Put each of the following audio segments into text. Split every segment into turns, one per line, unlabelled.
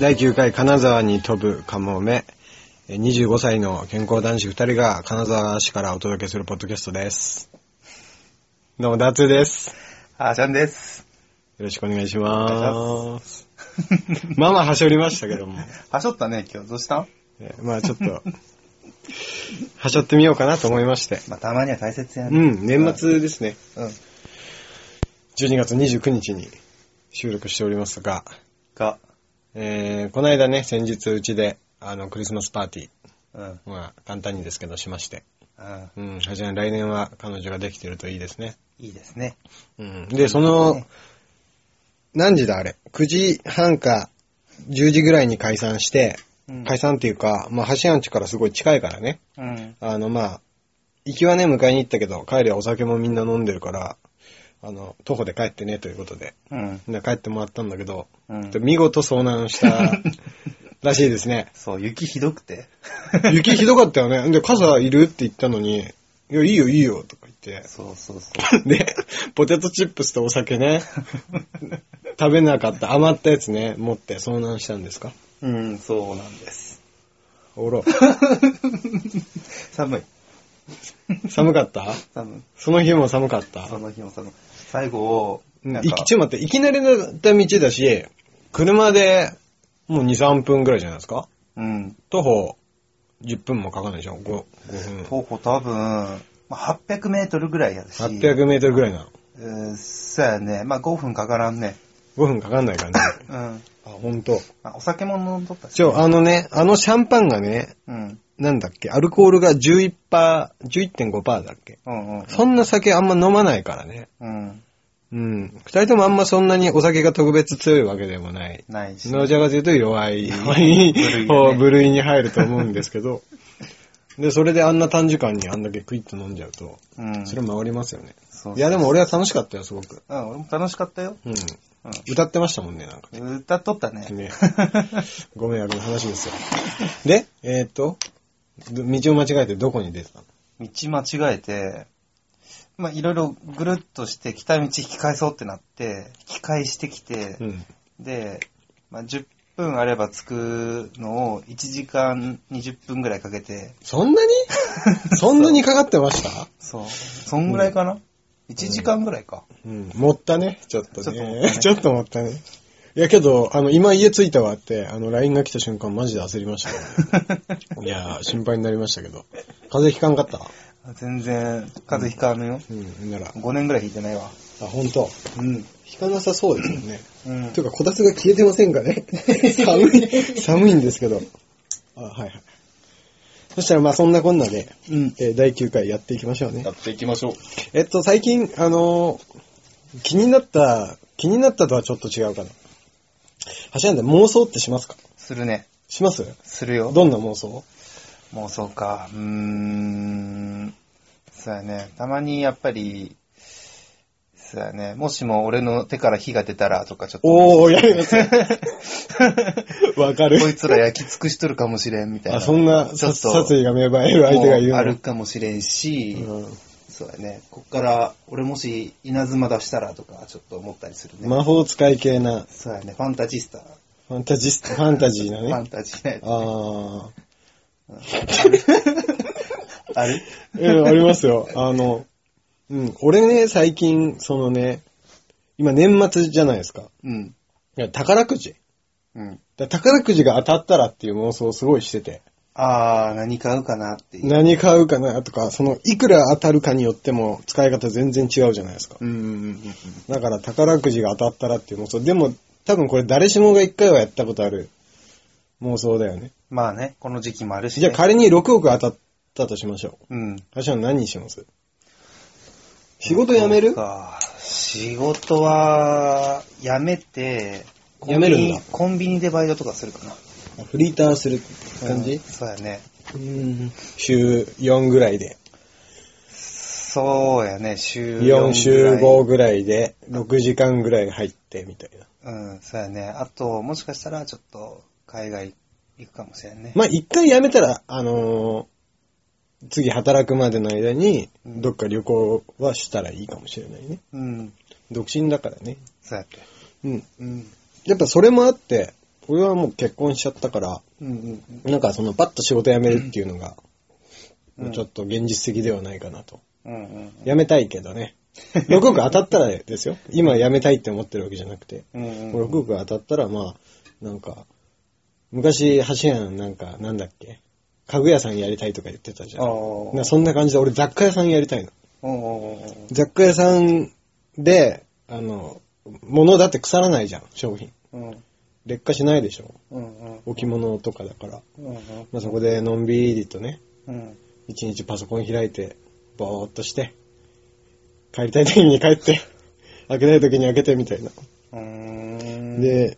第9回金沢に飛ぶカモメ。えー25歳の健康男子2人が金沢市からお届けするポッドキャストです。どうも、ダーツーです。
あーちゃん です。
よろしくお願いし
お願
ます。 まあまあ、はしょりましたけども。
はしょったね、今日。どうしたん
えーまあちょっと、はしょってみようかなと思いまして。
まあ、たまには大切や
う
ね。
ん、年末ですね。
うん。
12月29日に収録しておりますが、
が、
えー、この間ね、先日うちで、あの、クリスマスパーティ
うん。
ー、まあ、簡単にですけどしまして。
うん。
うん、はじめ来年は彼女ができてるといいですね。
いいですね。
うん。で、その、何時だあれ ?9 時半か10時ぐらいに解散して、
うん。
解散っていうか、まあ、橋アンチからすごい近いからね。
うん。
あの、まあ、行きはね、迎えに行ったけど、帰りはお酒もみんな飲んでるから、あの、徒歩で帰ってね、ということで。
うん。
みんな帰ってもらったんだけど、
うん。。
見事遭難したらしいですね
そう、雪ひどくて。
雪ひどかったよね。で、傘いるって言ったのに、いや、いいよ、いいよ、とか言って。
そうそうそ
で、ポテトチップスとお酒ね、食べなかった、余ったやつね、持って遭難したんですか
う。うん、そうなんです。
おろ。
寒い。
寒かった
寒い。
その日も寒かった
その日も寒い。最後、
うん
なん
い
か
き、ちょっと待って、いきなりだった道だし、車でもう2、3分ぐらいじゃないですか
うん。
徒歩10分もかかんないでしょ ?5、5分。
徒歩多分、まあ、800メートルぐらいやし。
800メートルぐらいなの。
うん、そうやね。まあ、5分かからんね。
5分かかんない感じ。あ、
うん。
ほんと。
まあ、お酒も飲んどったし。
ちょ、あのね、あのシャンパンがね、
うん。
なんだっけ、アルコールが11%、11.5%だっけ。
うんうん。
そんな酒あんま飲まないからね。
うん。
うん。二人ともあんまそんなにお酒が特別強いわけでもない。
ないし。
ノージャガというと弱い
弱い
方 部
部
類に入ると思うんですけど。で、それであんな短時間にあんだけクイッと飲んじゃうと、
うん。
それ回りますよね。
そうそう
いや、でも俺は楽しかったよ、すごく。
うん、俺も楽しかったよ。
うん。歌ってましたもんね、なんか。
うん。歌っとったね。
ねご迷惑の話ですよ。で、えーっと、ど道を間違えてどこに出てたの
道間違えて、まあ、いろいろぐるっとして、来た道引き返そうってなって、引き返してきて、
うん。
で、まあ、10分あれば着くのを1時間20分ぐらいかけて、
そんな にそんなにかかってました
そう。そんぐらいかな、?1 時間ぐらいか。
うん、持ったね、ちょっと
ちょっと持っ
ね。
た ね
ちょっと持ったね。いやけど、あの、今家着いたわって、あの、LINE が来た瞬間マジで焦りま した、ね。いやー、心配になりましたけど。風邪ひかんかった
全然、風邪ひかぬよ。
うん、なら。
5年ぐらい引いてないわ。
あ、ほんと。
うん。
ひかなさそうですよね。
うん
と。いうか、こたつが消え てませんか ね。寒い、寒いんですけど。あ、はいはい。そしたら、まあそんなこんなで、
うん。
えー第9回やっていきましょうね。
っていきましょう。
えっと、最近、あのー気になった、気になったとはちょっと違うかな。橋なんで妄想ってしますか
するね。
します
するよ。
どんな妄想
妄想か。うーん。そうやね。たまにやっぱり、そうやね。もしも俺の手から火が出たらとかちょっと、
おー、やります よわかる
こいつら焼き尽くしとるかもしれんみたいな。
あ、そんな
ちょ
さ
っと
殺意が芽生える相手がいる
も
の
うあるかもしれんし、
う
そうやね。こっから俺もし稲妻出したらとかちょっと思ったりするね。
ん。魔法使い系な、
そうやね。ファンタジスタ。
ファンタジスト、ファンタジーな
ファ
ね
ン。タジーなやつ。
あ
ある
ー。うん、ありますよ。あの、うん、俺ね、最近、そのね、今年末じゃないですか。
うん。
いや宝くじ。
うん。
だから宝くじが当たったらっていう妄想をすごいしてて、
あー、何買うかなっていう。
何買うかなとか、その、いくら当たるかによっても使い方全然違うじゃないですか。
うんうんうん
だから宝くじが当たったらっていう妄想。でも、多分これ誰しもが一回はやったことある妄想だよね。
まあね、この時期もあるし、ね。
じゃあ仮に6億当たったとしましょう。
うん。
私は何にします仕事辞め
そ
る
うか仕事は、辞めて、コンビ
辞める
ニ
んだ
コンビニでバイトとかするかな。
フリーターする感
うん
じ
そうやね。
うん。週4ぐらいで。
そうやね、週
4週5
ぐ
ぐらいで、6時間ぐらい入ってみたいな。
らい。うん、そうやね。あと、もしかしたら、ちょっと、海外行くかもしれんね。
まあ、一回辞めたら、あのー次働くまでの間に、
うん
どっか旅行はしたらいいかもしれないね。
うん、
独身だからね。
そうやって。
うん。
うん。
やっぱそれもあって、俺はもう結婚しちゃったから、
うん
なんかそのパッと仕事辞めるっていうのが、
うん
もうちょっと現実的ではないかなと。
うん。うんうん
辞めたいけどね。6億当たったらですよ。今辞めたいって思ってるわけじゃなくて。
うんうんうん。
6億当たったら、まあ、なんか、昔、橋屋のなんか、なんだっけ、家具屋さんやりたいとか言ってたじゃん。
ああ
なそんな感じで、俺雑貨屋さんやりたいの。
うんうんうん
雑貨屋さんで、あの、物だって腐らないじゃん、商品。
うんうん
劣化しないでしょ。
うんうん
置物とかだから。
うんうん
まあ、そこでのんびりとね、
うん
一日パソコン開いて、ぼーっとして、帰りたい時に帰って、開けたい時に開けてみたいな。
うーん、
で、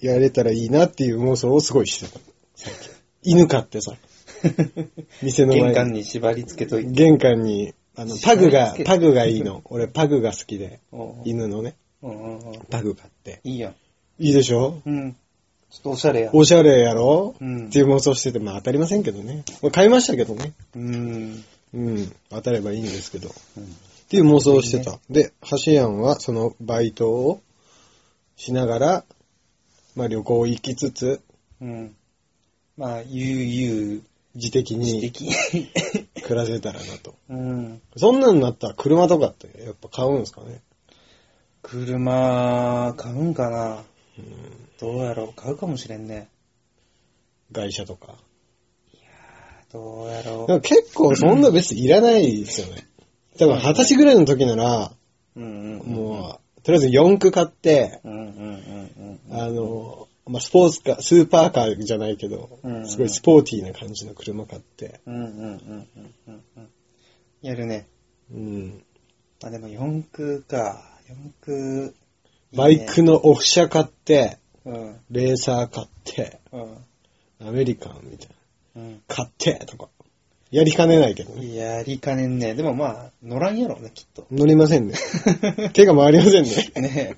やれたらいいなっていう妄想をすごいしてた。最近犬飼ってさ、店の前
玄関に縛り付けといて。
玄関に、あの、パグが
つけ、
パグがいいの。俺パグが好きで、
おう
犬のね、
うんうんうん
パグ飼って。
いいやん。
いいでしょ
うん。ちょっとおしゃれやん。
おしゃれやろ、
う
っ
ん
ていう妄想してて、まあ当たりませんけどね。俺買いましたけどね。
うん。
うん。当たればいいんですけど。
うん
っていう妄想をしてた。で、ハシヤンはそのバイトをしながら、まあ旅行行きつつ、
うん。まあ、悠
自的
々自
に
適。
暮らせたらなと。
うん。
そんなんなったら車とかってやっぱ買うんですかね。
車、買うんかな
うん。
どうやろう買うかもしれんね。
外車とか。
どうやろ
でも結構そんな別にいらないですよね。多分二十歳ぐらいの時なら、
う。うんうん。
もう、とりあえず4区買って、
うん。うんうんうんうん。
あの、まあ、スポーツカー、スーパーカーじゃないけど
う、ん
すごいスポーティーな感じの車買って、
うんうんうんうんうんうん。やるね。
うん。
まあでも四駆か。四駆。
バイク
いいね。
のオフ車買って、
うん。
レーサー買って、
うん。
アメリカンみたいな。
うん。
買ってとか。やりかねないけどね。
やりかねんね。でもまあ、乗らんやろうね、きっと。
乗りません ね。手が回りませんね。
ね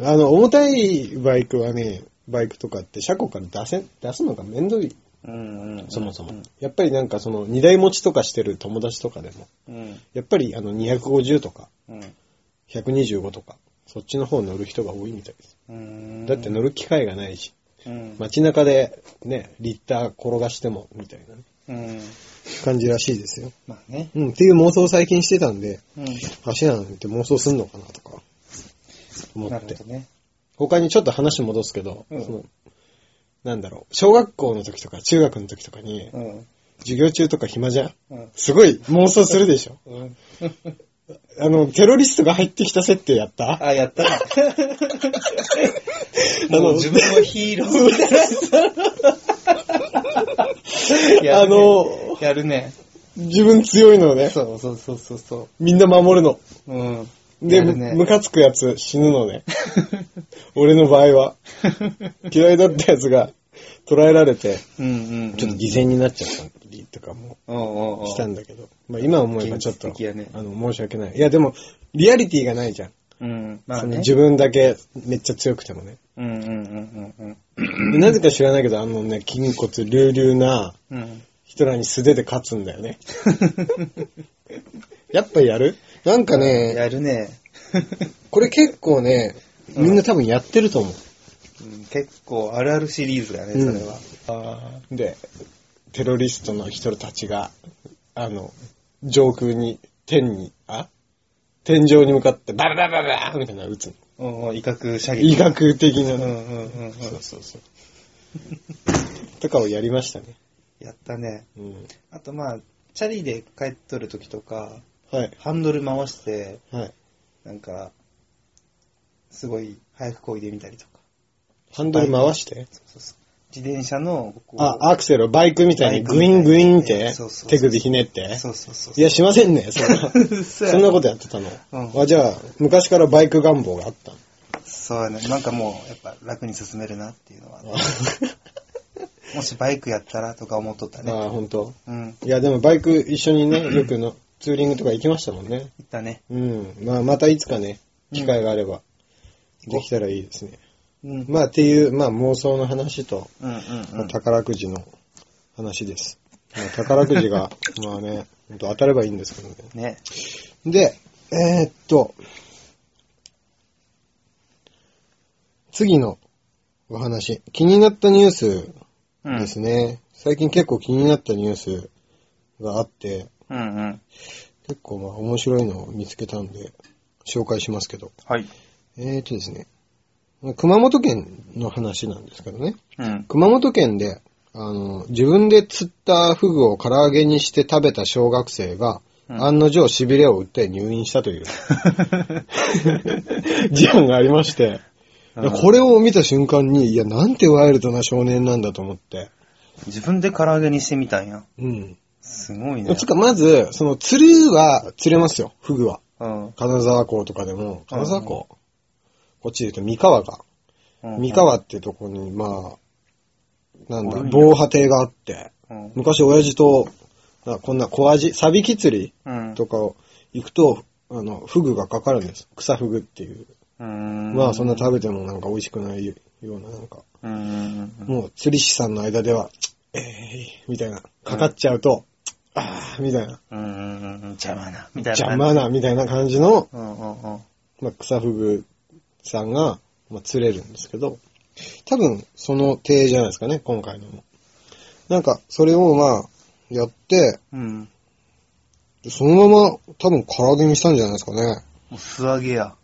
あの、重たいバイクはね、バイクとかって車庫から出せ、出すのがめんどい。
うんうん。
そもそも。やっぱりなんかその、荷台持ちとかしてる友達とかでも、
うん。
やっぱりあの、250とか、
うん。
125とか、そっちの方乗る人が多いみたいです。
うん。
だって乗る機会がないし、
うん。
街中でね、リッター転がしても、みたいなね、
うん。
感じらしいですよ。
まあね。
うん、っていう妄想を最近してたんで、
うん。
足なのって妄想すんのかなとか、思
な
っ
る
て
ほど。ね。
他にちょっと話戻すけど、
うん
そのなんだろう、小学校の時とか中学の時とかに、
うん。
授業中とか暇じゃん
うん。
すごい妄想するでしょ
うん。
あの、テロリストが入ってきた設定やった
あ、やったな。
あ
もう
の
自分のヒー ローみたいなや
あ
るね
の、
やるね。
自分強いのね、
そうそうそうそうそ
みんな守るの。
う。うん。
で、
やる
むム
ね。
カつくやつ死ぬのね。 俺の場合は。嫌いだったやつが捕らえられて、
うんうんうん。
ちょっと偽善になっちゃったりとかも
おうおうおう
したんだけど、まあ今思えばちょっと、
現実的やね
あの、申し訳ない。いやでも、リアリティがないじゃん。
うん。まあ
その
ね。
自分だけめっちゃ強くてもね。
うんうんうんうん
でなぜか知らないけど、あのね、筋骨隆々な
うん。うん。
人らに素手で勝つんだよね。やっぱやるなんかね、
やるね。
これ結構ね、みんな多分やってると思う。
うん結構あるあるシリーズだね、それは。あ
で、テロリストの人たちが、あの、上空に、天に、あ天井に向かってバラバラバラみたいなの撃つの。
あ。おうおう威嚇射撃。
医学的な
うん
ね。
うんうんうん。
そうそうそう。とかをやりましたね。
やったね。
うん。
あとまあ、チャリで帰っとる時とか、
はい。
ハンドル回して、
はい。
なんか、すごい早く漕いでみたりとか。
ハンドル回して。
そうそうそう。自転車の、こう
あ、アクセルをバイクみたいにグイングインって
そうそうそう
手首ひねって。
そうそうそう。
いや、しませんね。そんな
そうや
そんなことやってたの。
うん
あじゃあ、昔からバイク願望があったの
そうやね。なんかもう、やっぱ楽に進めるなっていうのは、もしバイクやったらとか思っとった
あ
ね。
あ、本当。
うん。
いや、でもバイク一緒に ね、よくのツーリングとか行きましたもんね。
行ったね。
うん。まあ、またいつかね、機会があれば、
うん
できたらいいですね。
うん。
まあ、っていう、まあ、妄想の話と、
うんうんうん。
宝くじの話です。まあ宝くじ が、まあね、ほんと当たればいいんですけどね。
ね。
で、えーっと、次のお話。気になったニュース
うん。
ですね。最近結構気になったニュースがあって、
うんうん。
結構まあ面白いのを見つけたんで、紹介しますけど。
はい。
えーとですね。熊本県の話なんですけどね。
うん。
熊本県で、あの、自分で釣ったフグを唐揚げにして食べた小学生が、
うん
案の定痺れを訴え入院したという、事案がありまして、いやこれを見た瞬間に、いや、なんてワイルドな少年なんだと思って。
自分で唐揚げにしてみたんや。
うん。
すごいね。
つうか、まず、その、釣りは釣れますよ、フグは。
うん。
金沢港とかでも、金沢港、こっちで言うと三河が、
うん
三。河ってとこに、まあ、なんだ
多い、ね
防波堤があって、
うん。
昔親父と、あこんな小アジ、サビキ釣り
うん。
とかを行くと、あの、フグがかかるんです。草フグっていう。
うん。
まあそんな食べてもなんか美味しくないような、なんか、
うんうんうん。
もう釣り師さんの間では、えー、みたいな、かかっちゃうと、あー、みたいな、
うんうんうん。邪魔な。み
邪
たいな感じ。
魔な、みたいな感じの、
うんうんうん。
まあ、草フグさんが、まあ、釣れるんですけど、多分その体じゃないですかね、今回のも。なんか、それをまあ、やって、
うん。
でそのまま多分唐揚げにしたんじゃないですかね。
もう素揚げや。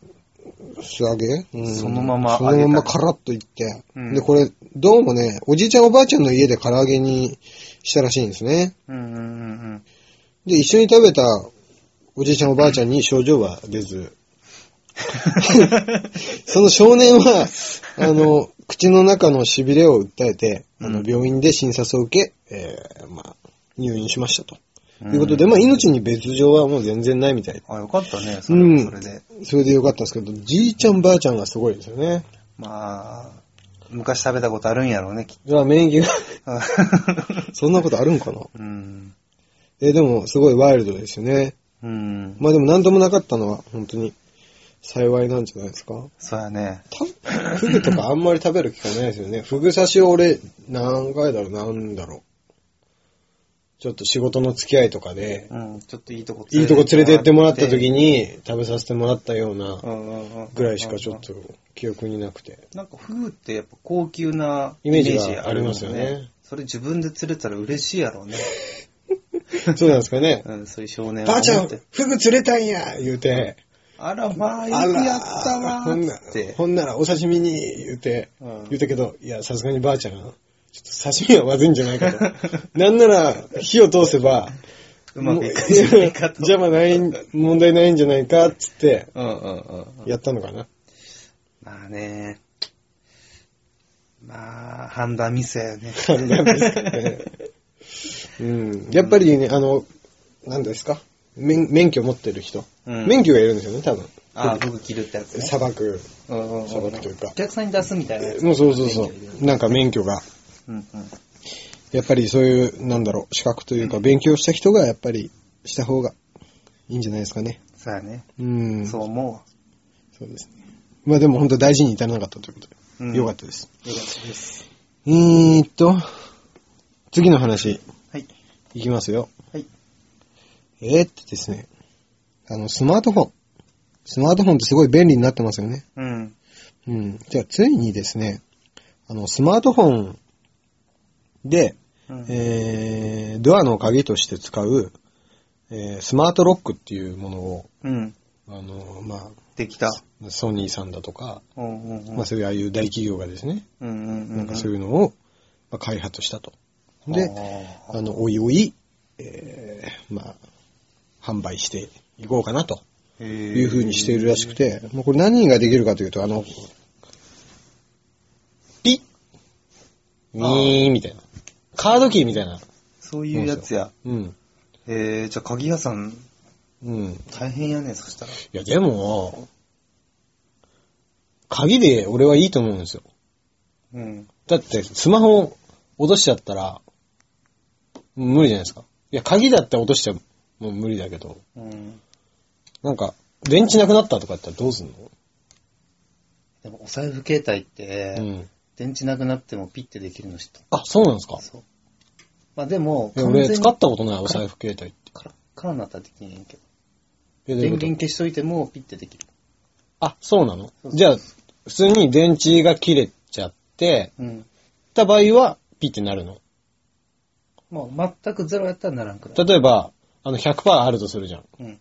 素揚げ、うん
そのまま揚げ
そ
た
のままカラッといって。
うん
で、これ、どうもね、おじいちゃんおばあちゃんの家で唐揚げにしたらしいんですね。
うんうん うん
で、一緒に食べたおじいちゃんおばあちゃんに症状は出ず。その少年 は、あの、口の中の痺れを訴えて、あの、
うん
病院で診察を受け、えー、まあ、入院しましたと。
うん。
いうことで、まあ、命に別状はもう全然ないみたい。
あ、よかったね。そうれ
ん
それで。
それでよかったんですけど、じいちゃんばあちゃんがすごいですよね。
まあ、昔食べたことあるんやろうね、きっ
じゃあ免疫が、
と。
そんなことあるんかな
うん。
え、でも、すごいワイルドですよね。
うん。
まあでも何ともなかったのは、本当に、幸いなんじゃないですか。
そうやね。
たフグとかあんまり食べる機会ないですよね。フグ刺しを俺、何回だろう、なんだろう。ちょっと仕事の付き合いとかで、
うん。ちょっといいとこ
いいとこ連れてってもらった時
に。
に食べさせてもらったような
うんうんうん。
ぐらいしかちょっと記憶になくて。
なんかフグってやっぱ高級な
イメージがありますよね
イメージあるもんそれ自分で釣れたら嬉しいやろうね。
そうなんですか ね。
うん、そういう少年は
ばあちゃん、
思っ
フ
て。
グ釣れたんや言うて、
あら、まあ、よ
あ
く
ら
やったわ
ほんな
ーっ、て。
ほんならお刺身に言うて、
うん
言うたけど、いや、さすがにばあちゃん、ちょっと刺身はまずいんじゃないか と。なんなら、火を通せば、
うまくいくんじゃないか と。
邪魔ない、問題ないんじゃないか、つって、
うんうんうんうん。
やったのかな。
まあね。まあ、判断ミスやよね。
なんですかね。うん。やっぱりね、あの、なんですか免免許持ってる人、
うん
免許がいるんですよね、多分。
ああ、僕着るってやつね。
砂漠。
うんうんうん
砂漠というか
お客さんに出すみたいなやつ。
もうそうそうそ
免許
う。なんか免許が。
うんうん。
やっぱりそういう、なんだろう、資格というか、勉強した人がやっぱりした方がいいんじゃないですかね。
そうやね。
うん。
そ
そ
う
う。
思うわ。
ですね。まあでも本当大事に至らなかったということで、
うん
よかったです。
よかったです。
えーっと、次の話、
はい。
いきますよ。
はい。
えー、ってですね、あの、スマートフォン。スマートフォンってすごい便利になってますよね。
うん。
うん。じゃあ、ついにですね、あの、スマートフォンで、
うん
えー、ドアの鍵として使う、えー、スマートロックっていうものを、
うん。
あの、ま
できた。
あ、ソニーさんだとか、
うんうんうん。
まあそういうああいう大企業がですね、
うんうんうん。
なんかそういうのを、まあ、開発したと。で、
あー
あの、おいおい、えー、まあ、販売していこうかなというふうにしているらしくて、もうこれ何ができるかというと、あの、ピッ、ミーみたいな。カードキーみたいな。
そういうやつや。
うん。
えー、じゃあ鍵屋さん
うん。い
大変やね、そしたら。
や、でも、鍵で俺はいいと思うんですよ。
うん。
だって、スマホを落としちゃったら、無理じゃないですか。いや、鍵だって落としちゃもう無理だけど、
うん。
なんか、電池なくなったとかやったらどうすんの、
でもお財布携帯って、
うん。
電池なくなってもピッてできるの知った。
あ、そうなんですか。
そう。まあでも、
いや俺、使
完
ったことない、お財布携帯って。
カラッカラになったらできないけど。
えどういう
電
こと
源消しといてもピッてできる。
あ、そうなの
そうそう
じゃあ、普通に電池が切れちゃっって、
うん。
た場合は、ピってなるの。
もう全くゼロやったらならんくらい。
例えば、あの、100%あるとするじゃん。
うん。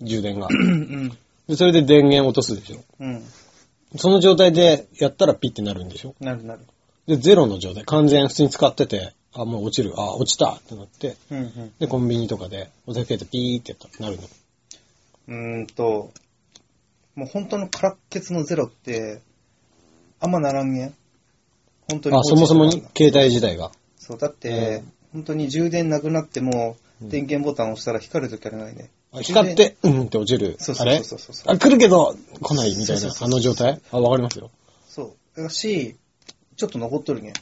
充電が。
うん。
で、それで電源落とすでしょ。
うん。
その状態でやったらピってなるんでしょ。
なるなる。
で、ゼロの状態。完全普通に使ってて、あ、もう落ちる。あ、落ちたってなって、
うんうん。
で、コンビニとかで、お酒入れてピーってやったらなるの。
うーんと、
もう本当の空っ血のゼロって、あんまならんげん。本当に。
あ、そもそもに、携帯自体が。
そう、だって、
え
本当に充電なくなっても、
うん
電源ボタン押したら光るときあるないね。
あ光って、うんって落ちる。
そう
あ
そう
れ
そうそうそう。
あ、来るけど、来ないみたい
そう
な、
そうそうそう
あの状態あ、わかりますよ。
そう。だし、ちょっと残っとるげん。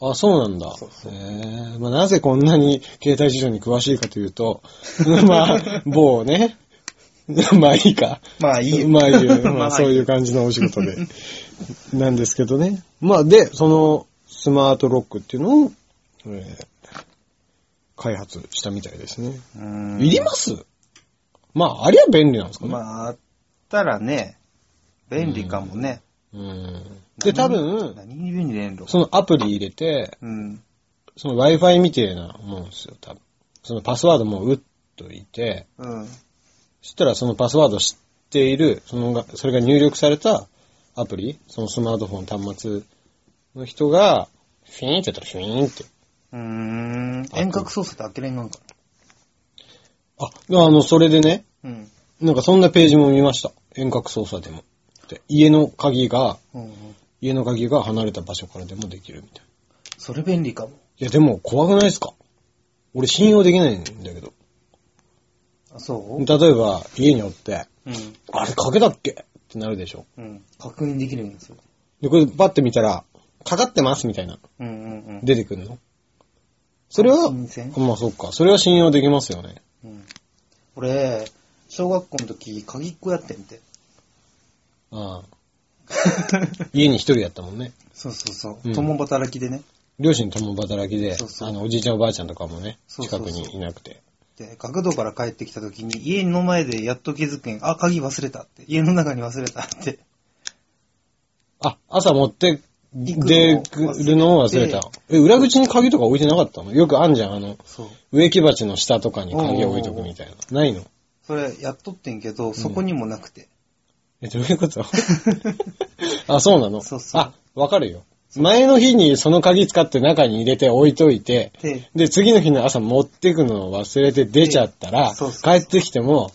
あ、そうなんだ。
そうそう
へえまあ、なぜこんなに携帯事情に詳しいかというと、 まあ、某ね。 まあいいか。
まあいいよ。
まあいいよ。
ま
ま
あ
あそういう感じのお仕事で。なんですけどね。まあで、そのスマートロックっていうのを、えー開発したみたいですね。
うーん
いりますまあ、ありゃ便利なんですかね。
まあ、あったらね、便利かもね。
うん。で、多分、
何に便利でんの
そのアプリ入れて、
うん。
その Wi-Fi みたいなもんですよ、多分。そのパスワードも打っといて、
うん。
そしたらそのパスワードを知っている、そのが、それが入力されたアプリ、そのスマートフォン端末の人が、フィーンってやったらフィーンって。
うーん。
遠隔操作って開けれんなんか
あ、あの、それでね、
な。うん。
なんかそんなページも見ました。遠隔操作でも。で家の鍵が、
うんうん。
家の鍵が離れた場所からでもできるみたいな。
それ便利かも。
いや、でも怖くないですか俺信用できないんだけど。
あ、そう
例えば、家におって、
うん。
あれかけたっけってなるでしょ。
うん。確認できるんですよ。
で、これバッて見たら、かかってますみたいな、
うんうんうん。
出てくるの。それは、
新鮮
まあそっか、それは信用できますよね。
うん。俺、小学校の時、鍵っ子やってんて。
ああ家に一人やったもんね。
そうそうそうう。
ん
共働きでね。
両親共働きで、
そうそう
あの、おじいちゃんおばあちゃんとかもね、
そうそう
近
そう
くにいなくて。
で、学童から帰ってきた時に、家の前でやっと気づくん。あ、鍵忘れたって。家の中に忘れたって。
あ、朝持って、
行くのを
で、くるのを忘れた。え、裏口に鍵とか置いてなかったのよくあんじゃん、あの、
そう。
植木鉢の下とかに鍵置いとくみたいな。ないの
それ、やっとってんけど、そこにもな くて。
え、どういうこと あ、そうなの
そうそう
あ、わかるよ。前の日にその鍵使って中に入れて置いといて、
で、
で、次の日の朝持ってくのを忘れて出ちゃったら、
でそうそう
帰ってきても、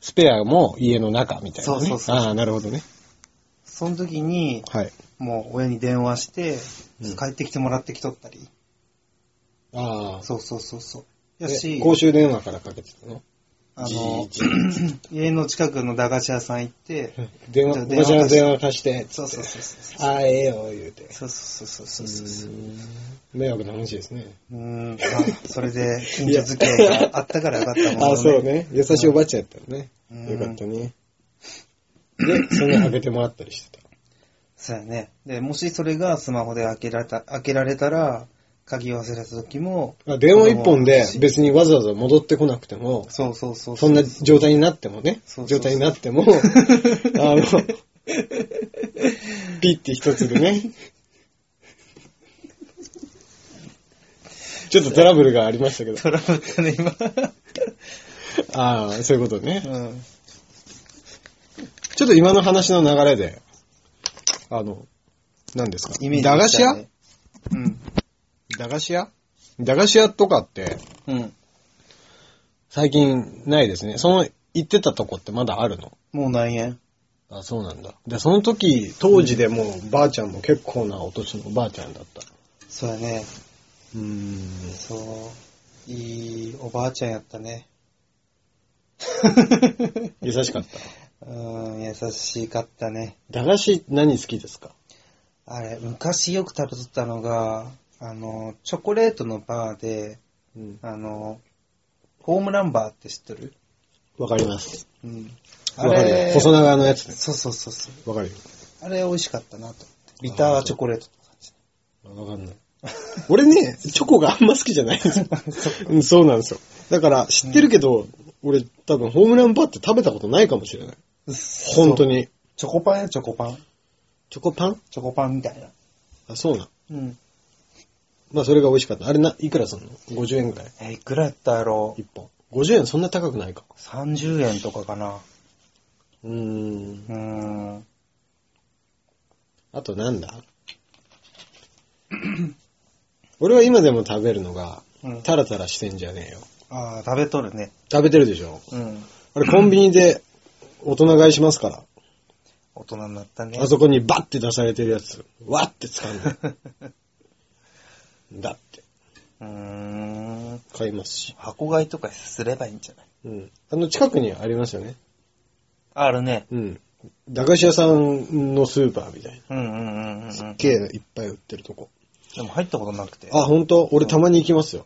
スペアも家の中みたいな、ね。
そうそうそう
ああ、なるほどね。
その時に、
はい。
もう親に電話して
うん、
帰ってきてもらってきとったり。
ああ。
そうそうそうそう。
え
やし、
公衆電話からかけてたの
あの、
じーじー
家の近くの駄菓子屋さん行って、
電
じ
話、
ゃあ
おばちゃんの電話貸して。
そうそうそうそう。
ああ、ええよ、言うて。
そうそうそうそうそうそう。
うーん迷惑な話ですね。
うーん、まあ、それで、近所付き合いがあったからよかったもん
あ、そう。ね。優しいおばあちゃんやったらね。
うん
よかったね。で、それにあげてもらったりしてた。
そうやね。で、もしそれがスマホで開けられた、開けられたら、鍵を忘れた時も、
あ電話一本で別にわざわざ戻ってこなくても、
そうそうそう
そんな状態になってもね
そ、うそうそう
状態になって も、あの、ピッて一つでね、ちょっとトラブルがありましたけど、
トラブった ね、今。
ああ、そういうことね。
うん。
ちょっと今の話の流れで、あの、何ですか、駄菓子屋
うん。
駄菓子屋駄菓子屋とかって、
うん。
最近ないですね。その、行ってたとこってまだあるの
もう何円
あ、そうなんだ。で、その時、当時でもう、ばあちゃんも結構なお年のばあちゃんだった。
そうやね。
うーん。
そう。いいおばあちゃんやったね。
優しかった。
うん、優しかったね。
駄菓子何好きですか
あれ、昔よく食べとったのが、あの、チョコレートのバーで、
うん。
あの、ホームランバーって知ってる
わかります。
うん。あ
わかる
れ
よ。、細長のやつね。
そうそうそうそう。
わかるよ。
あれ美味しかったなと思って。ビターチョコレートとか。
わかんない。 俺ね、チョコがあんま好きじゃないんです よ。うんそうなんですよ。だから、知ってるけど、俺多分ホームランバーって食べたことないかもしれない。本当
に。
に。
チョコパンやチョコパン。
チョコパン
チョコパンみたいな。
あ、そうなん。
うん。
まあ、それが美味しかった。あれな、いくらすんの ?50 円ぐらい。
え、いくらやったやろ
1本。50円そんな高くないか。
?30 円とかかな。
うーん
う。ーん。
あとなんだ 俺は今でも食べるのが、
うん。
タラタラしてんじゃねえよ。
ああ、食べとるね。
食べてるでしょ
うん。
あれコンビニで大人買いしますから。
大人になったね。
あそこにバッて出されてるやつ、わって掴んで。だって、
うーん。
買いますし。
箱買いとかすればいいんじゃない
うん。あの近くにありますよね。
あるね。
うん。駄菓子屋さんのスーパーみたい
うんうんうんうんうん。
な。すっげえいっぱい売ってるとこ。
でも入ったことなくて。
あ、ほんと俺たまに行きますよ。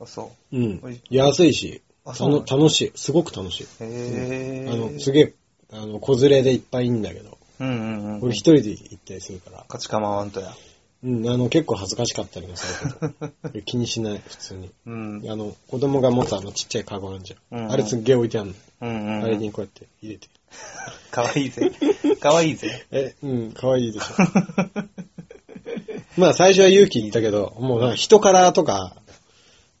あ、そうおい
ん。安いし、
あ
た
そうな
の
んだ
楽しい。すごく楽しい。
う。へえ。
あの、すげえ、あの、子連れでいっぱいいんだけど、
うんうんうん。
俺一人で行ったりするから、
勝ちかまわんとや。
うん、あの、結構恥ずかしかったりもするけ ど、気にしない、普通に。
うん。
あの、子供が持つあのちっちゃいカゴあるじゃん。
うん
あれすっげえ置いてあるの。
うんうん。
あれにこうやって入れて。
かわいいぜ。 かわいいぜ。
え、うん、かわいいでしょ。 まあ最初は勇気いったけど、もうなんか人からとか、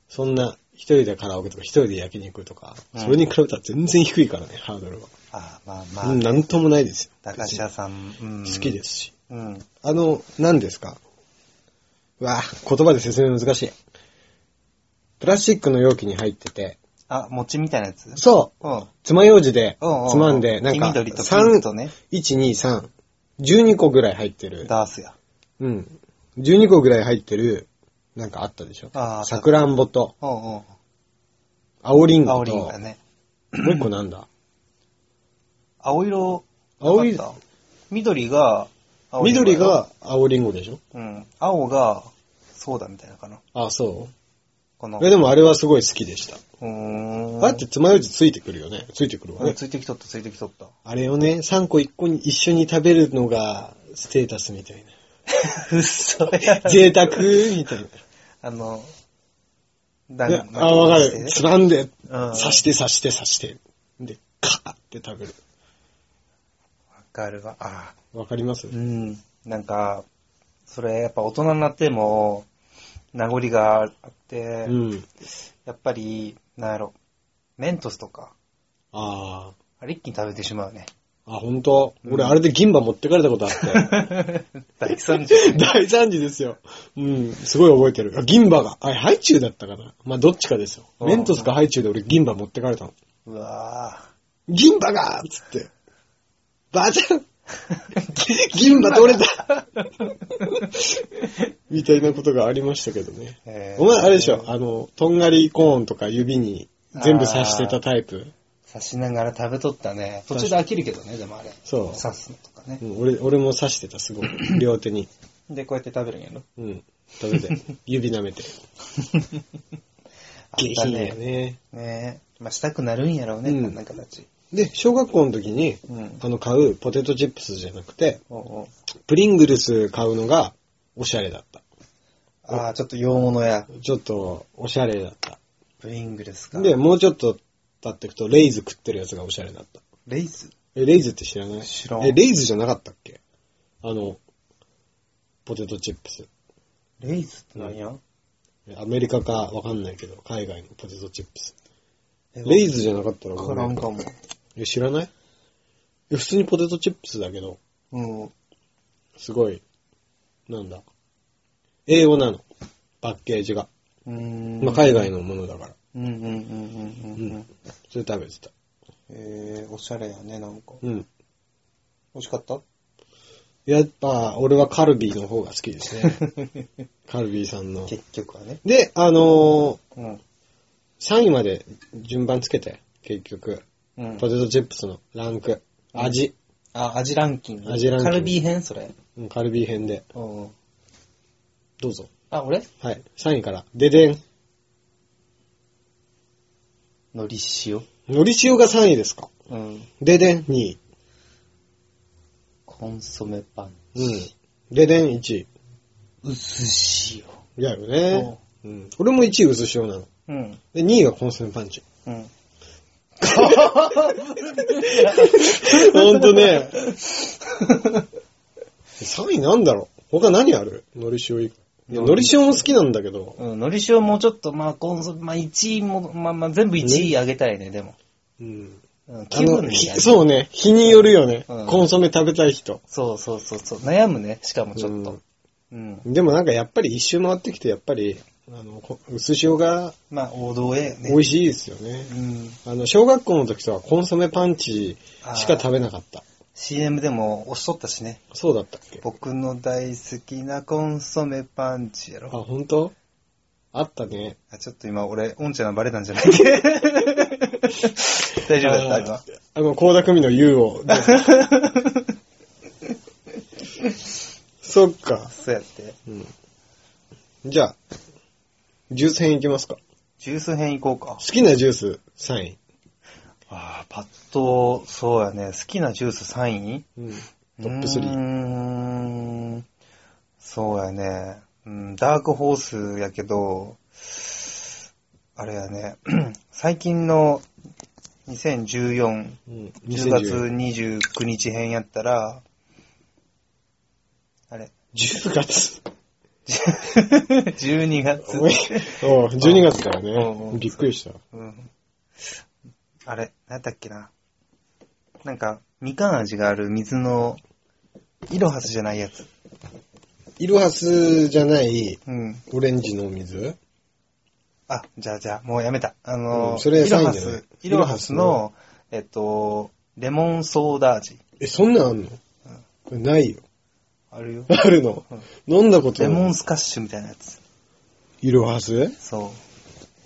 そんな一人でカラオケとか一人で焼肉とか、
うん
それに比べたら全然低いからね、ハードルは。
あまあま
うん、な
あ、
んともないですよ。
駄菓子屋さん、うん。
好きですし。
うん。
あの、何ですかうわ言葉で説明難しい。プラスチックの容器に入ってて、
あ、餅みたいなやつ。
そう
うん。
爪楊枝で、
うんうん
つまんで、なん
黄
か、
緑とピンクと
3、
ね、
1、2、3、12個ぐらい入ってる。
ダースや。
うん。12個ぐらい入ってる、なんかあったでしょ
あー
さくらんぼと、
うんうん。
青りん
青
ご
リンゴ
と
や、ね。
もう一個なんだ
青色、
青い
なかった緑が、青リンゴ
緑が青りんごでしょ
うん。青が、そうだみたいなかな。
あ、そ
この。
うえ、でもあれはすごい好きでした。
うーん。
あれって爪楊枝ついてくるよねついてくるわ
うん
ね。
ついてきとった、ついてきと った。
あれをね、3個1個に一緒に食べるのが、ステータスみたいな。
うっそや。
贅沢みたい
あの、だ
な。ねあ、わかる。つまんで、
うん
刺して刺して刺して。で、カーって食べる。
わかるわ。あ
わかります
ーうん。なんか、それ、やっぱ大人になっても、名残があって、
うん。
やっぱり、なんやろ、メントスとか、
あ
あれ一気に食べてしまうね。
あ。あ、ほんと。俺、あれで銀歯持ってかれたことあ って。
大惨事。
大惨事ですよ。うん。すごい覚えてる。あ銀歯が。あれ、ハイチュウだったかな。まあ、どっちかですよ。
うん
メントスかハイチュウで俺銀歯持ってかれたの。
うわ
銀歯がーっつって。ばあちゃん 銀歯取れた みたいなことがありましたけどね。
ぁ。えー
お前あれでしょあの、とんがりコーンとか指に全部刺してたタイプ。
刺しながら食べとったね。途
確かに
中で飽きるけどね、でもあれ。
そう
刺すのとかね
う。ん、俺、俺も刺してた、す ごく。両手に。
で、こうやって食べる んやろ。
うん。食べ て。指舐めて。
あ
下
った
品や
ね。
ね。
ねまあ、したくなるんやろうね、
うん
こんな形。
で、小学校の時に、
うん。
あの、買うポテトチップスじゃなくて、
おうおう
プリングルス買うのが、おしゃれだった。
ああ、ちょっと洋物や。
ちょっと、おしゃれだった。
プリングルスか。
で、もうちょっと経っていくと、レイズ食ってるやつがおしゃれだった。
レイズ
え、レイズって知らない
知らん
え、レイズじゃなかったっけあの、ポテトチップス。
レイズって何や、
アメリカかわかんないけど、海外のポテトチップス。
え
レイズじゃなかったら
わ
ご
か
めん
らんかも。
え、知らないえ、普通にポテトチップスだけど、
うん。
すごい、なんだ。英語なの。パッケージが。
うん。
まあ、海外のものだから。
うんうんうんうんうん。うん、
それ食べてた。
えー、おしゃれやね、なんか。
うん。
美味しかった
やっぱ、俺はカルビーの方が好きです ね。カルビーさんの。
結局はね。
で、あのー、
うん。
3位まで順番つけて、結局。
うん
ポテトチップスのランク。味。
あ、味ランキング。
味ランキング
カルビー編それ。
うん、カルビー編で。
うん。
どうぞ。
あ、俺
はい。3位から。ででん。
海苔塩。
のり塩が3位ですか。
うん。
ででん2位。
コンソメパン。
うん。ででん1位。
薄
だよね。うん。俺も1位薄塩なの。
塩。うん。
で、2位がコンソメパン チ。
うん。
ほんとね。3位なんだろう他何あるのり塩以外。いや、のり塩も好きなんだけど、
うん、のり塩もうちょっと、まあ、今度、まあ、1位も、まあ、まあ、全部1位あげたいね、でも。
うん。
うん、
あ
気
の
分、に
ひ
よる
そうね、日によるよね、
うん
コンソメ食べたい人。
そうそうそうそう。悩むね、しかもちょっと。うん。
でもなんかやっぱり一周回ってきて、やっぱり、あの、こ薄塩が
まあ、王道へね。
美味しいですよね。
うん。
あの、小学校の時とはコンソメパンチしか食べなかった。
CM でも押しとったしね。
そうだったっけ
僕の大好きなコンソメパンチや
あ、
ろ。
本当？あったね。
あちょっと今俺、オンちゃんのバレたんじゃないっ け大丈夫だった
ああの、高田組の U を。そっか
今。そうやって。
うん。じゃあ、ジュース編いきますか。
ジュース編いこうか
好。きなジュース3位。
ああ、パッと、そうやね。好きなジュース3位
うん。トップ3
うーん。そうやね。うん、ダークホースやけど、あれやね。 最近の2014、
うん。
10月29日編やったら、あれ
10月。
?12 月。
おいおう12月から
うんう
ね。
ん
びっくりした。
うんあれ、なんだっけな。なんか、みかん味がある水の、イロハスじゃないやつ。
イロハスじゃない
うん。
オレンジのお水
あ、じゃあじゃあ、もうやめた。あの、
うんそれ
イロ
サ
ハ
インじゃない
ス、イロハス
イロハ
の、えっと、レモンソーダ味。
え、そんなんあんのこれないよ。
あるよ。
あるの。飲んだこと
レモ
ない
ン。スカッシュみたいなやつ。
イロハス
そ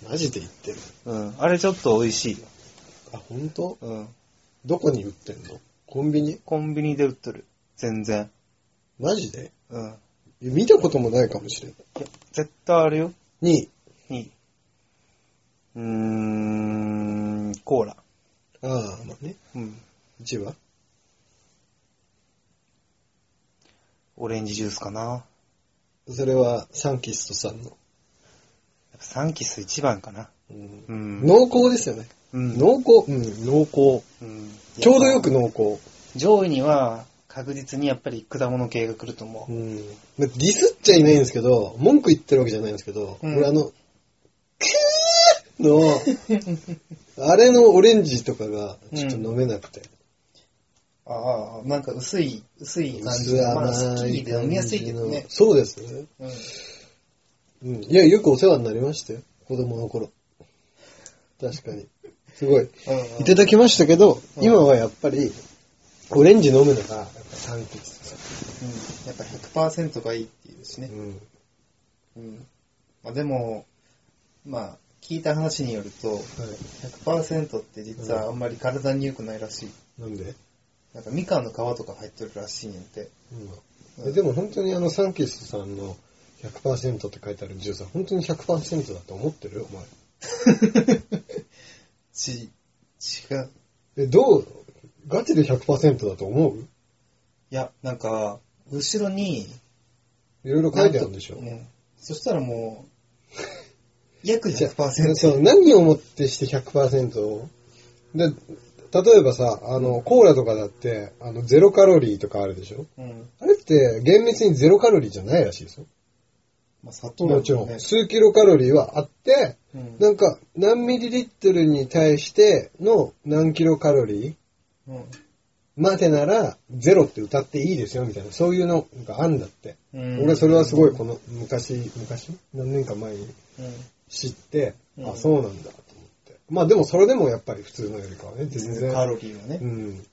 マジで言ってる。
う。うん。あれちょっと美味しいよ。
あ、ほんと
うん。
どこに売ってんのコンビニ
コンビニで売っとる。全然。
マジで
うん。い
いや見たこともないかもしれない。
や、絶対あるよ。
2位。
2位。うーん、コーラ。
ああ、まあね。
うん。
1位は
オレンジジュースかな。やっ
それはサンキストさんの。
ぱサンキス一番かな。
うん
うん。
濃厚ですよね。
うん、
濃厚。うん、濃厚。
うん
ちょうどよく濃厚。
上位には確実にやっぱり果物系が来ると思
う
う。
ん。ディスっちゃいないんですけど、文句言ってるわけじゃないんですけど、
うん
俺あの、クー の、あれのオレンジとかがちょっと飲めなくて。
ああ、なんか薄い、薄い感じ
薄
の。
甘い
まあ、
感
スッキリ
じ
で
の
飲みやすいけどね。
そうですね。
うん。
うん。いや、よくお世話になりましたよ。子供の頃。確かに。すごい。いただきましたけど、
うん
今はやっぱり、オレンジ飲むのが、やっぱサンキス
うんやっぱ100%がいいっていうし
ト
ね
さ。ん。うん。
うん。まあでも、まあ、聞いた話によると、
はい。
100%って実はあんまり体に良くないらしい。
なんで、
なんかみかんの皮とか入ってるらしいんやて。
うん、でも本当にあのサンキストさんの100%って書いてあるジュースは本当に100%だと思ってるお前。
ち、違う。
え、どうガチで100%だと思う
いや、なんか、後ろに、
いろいろ書いてあるんでしょ
う。ん。そしたらも う、約
じゃあ
100%。
そう何をもってして100%をで、例えばさ、あの、コーラとかだって、あの、ゼロカロリーとかあるでしょ
うん。
あれって厳密にゼロカロリーじゃないらしいですよ。
まあ、砂糖だ
もちろ
もね
ん。。数キロカロリーはあって、
うん。
なんか何ミリリットルに対しての何キロカロリー
うん。
までなら、ゼロって歌っていいですよ、みたいな、そういうのがあんだって。
うん
俺、それはすごい、この、昔、昔何年か前
う
に
ん。
知って、
うん
あ、そうなんだ、と思って。まあ、でも、それでもやっぱり普通のよりかはね、全然。
カロリーはね
う。ん。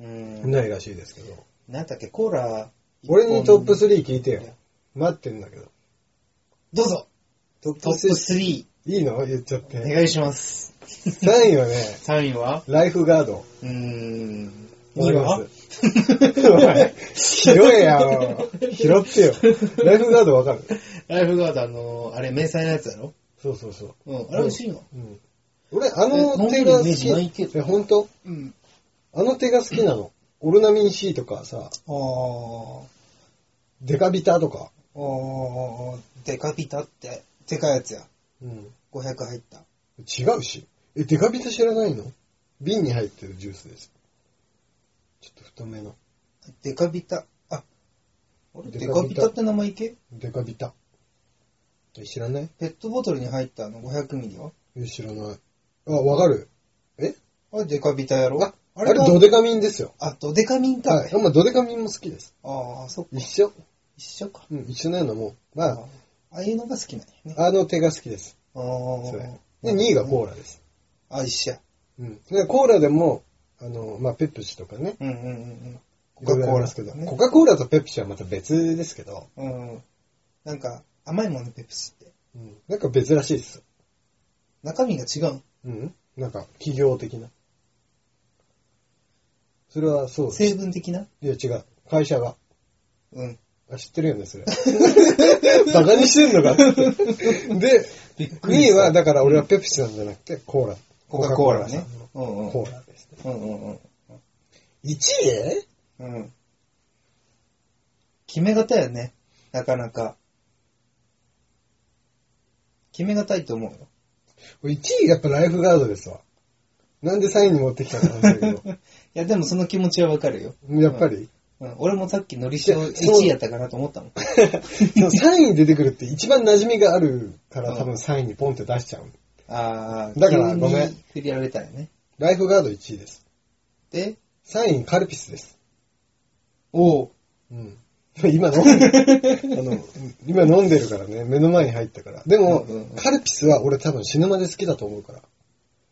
うん。
ないらしいですけど。
なんだっけ、コーラ。
俺にトップ
一本
3聞いてよ。待ってんだけど。
どうぞ
トップ
トップ3、
いいの言っちゃっ
お
て。
願いします。
3位はね、
3位は
ライフガード。
うーん。2
わかり
は
ます。お前拾えや。拾ってよ。ライフガードわかる
ライフガード、あのー、あれ、迷彩のやつだろ
そうそうそう。
うん。あれ美味しいの
うん俺、あの
え
手が
飲んでるイメージない
好
け
き。
ど
え、ほんと
うん。
あの手が好きなの。オルナミン C とかさ、
あー。
デカビタとか。
あー、デカピタって、でかいやつや。
うん。
500入った。
違うし。え、デカビタ知らないの瓶に入ってるジュースです。ちょっと太めの。
デカビタ、あ、あ
あれデカビタって名前いけ
デカビタ。え知らない
ペットボトルに入ったあの500ミリは
え知らない。あ、わかる。
あれデカビタやろ
あ、あれ
が
ドデカミンですよ。
あ、ドデカミンか。
はい。あまあ、ドデカミンも好きです。
ああ、そっか。
一緒。
一緒か。
うん、一緒なのも。
あ
ま
ああいうのが好きなんやね。
あ、あの手が好きです。
あ
それ
ー
で、2位がコーラです。
あ、一緒や。
うん。で、コーラでも、あの、まあ、ペプシとかね。
うんうんうん
コカ・コーラですけど、
ね
コカ・コーラとペプシはまた別ですけど、
うん。うん。なんか、甘いもんね、ペプシって。
うん、なんか別らしいです。
中身が違う。
うん。なんか、企業的な。それはそうです。
成分的ない
や、違う。会社が。
うん。
あ、知ってるよね、 それ。バカにしてんのかって。で、
びっ
2位は、だから俺はペプシなんじゃなくて、コーラ。
コカ・コーラね
さんの。
うんうん。
コーラですね。
うんうんうん。
1位
うん。決め方やね。なかなか。決め方いと思うよ。
?1 位やっぱライフガードですわ。なんで3位に持ってきたのかなんだけ
いや、でもその気持ちはわかるよ。
ど。やっぱり、
うん。俺もさっきのりしお
いや
1
そう
位やったかなと思ったもん。
その3位に出てくるって一番馴染みがあるから
うん
多分3位にポンって出しちゃう。
あー、
だからごめん
急に振りられたよね。
ライフガード1位です。
で、
3位カルピスです。
お う。
うん。今飲んでる。あの、今飲んでるからね、目の前に入ったから。でも、
うんうんうん
カルピスは俺多分死ぬまで好きだと思うから。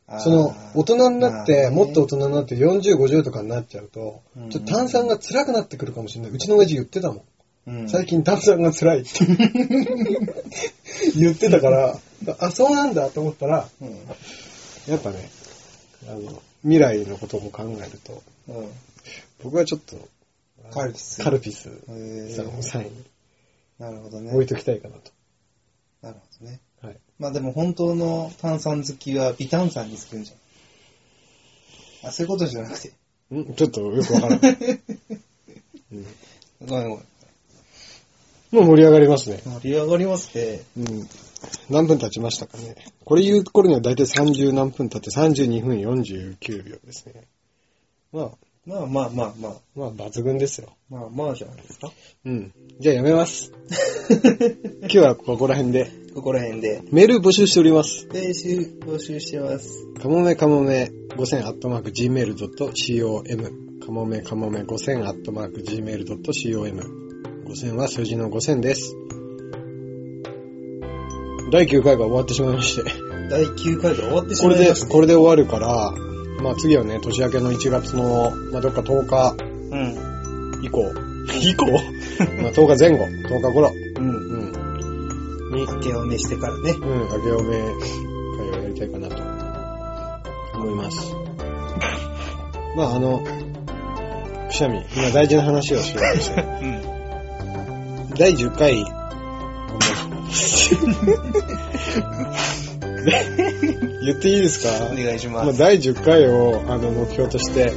あー
その、大人になっ
ま
て、
あね
もっと大人になって40、50とかになっちゃうと
うんう、ん
ちょっと炭酸が辛くなってくるかもしれない。うちの親父言ってたもん。
うん
最近炭酸が辛いって。 言ってたから、あ、そうなんだと思ったら、
うん。
やっぱね、あの、未来のことも考えると、
うん。
僕はちょっと、あの
カルピス
カルピス
え
さんを
ー、
3位に
なるほどね。
置いときたいかなと。
なるほどね。
はい。
まあでも本当の炭酸好きは微炭酸にするんじゃん。あ、そういうことじゃなくて。
んちょっとよくわからない。うん
ごめんごめん。
もう盛り上がりますね。
盛り上がりますね。
うん。何分経ちましたかね。これ言う頃には大体30何分経って32分49秒ですね。まあ、
まあまあまあまあ。
まあ抜群ですよ。
まあまあじゃないですか。
うん。じゃあやめます。今日はここら辺で。
ここら辺で。
メール募集しております。
で、集募集してます。
かもめかもめ5000アットマーク gmail.com かもめかもめ5000アットマーク gmail.com 5000は数字の5000です。第9回が終わってしまいま して。
第9回が終わってし
こ
ま
れ
い
で
ま、した。
これで終わるから、まあ次はね、年明けの1月の、まあどっか10日
うん。
以降、以降 まあ10日前後、10日頃、
うん。
うん、に、
明けおめしてからね。
うん、明けおめ会をやりたいかなと思います。まああの、くしゃみ、今大事な話をしようとして、
うん。
第10回、 言っていいですか
お願いし
ま
ま
あ、
す。
第10回をあの目標として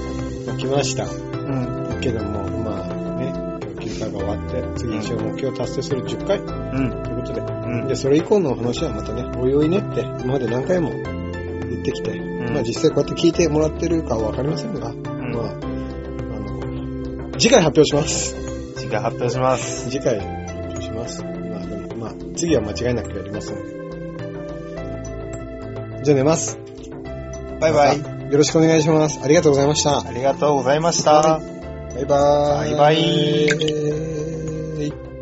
来ました
うん。
けども、まあね、9回が終わって、次一応目標達成する10回と
うん。
いうことで、
うん
で、。それ以降の話はまたね、おいおいねって、今まで何回も言ってきて、
ん
まあ実際こうやって聞いてもらってるかはわかりませんが、
ん
まあ、あの、次回発表します。
次回発表します。
次回発表します。まあでも、まあ、次は間違いなくやりますので。じゃあ寝ます。
バイバイ。
イ。よろしくお願いします。ありがとうございました。
ありがとうございました。
バイバーイ。
バイバ
イ。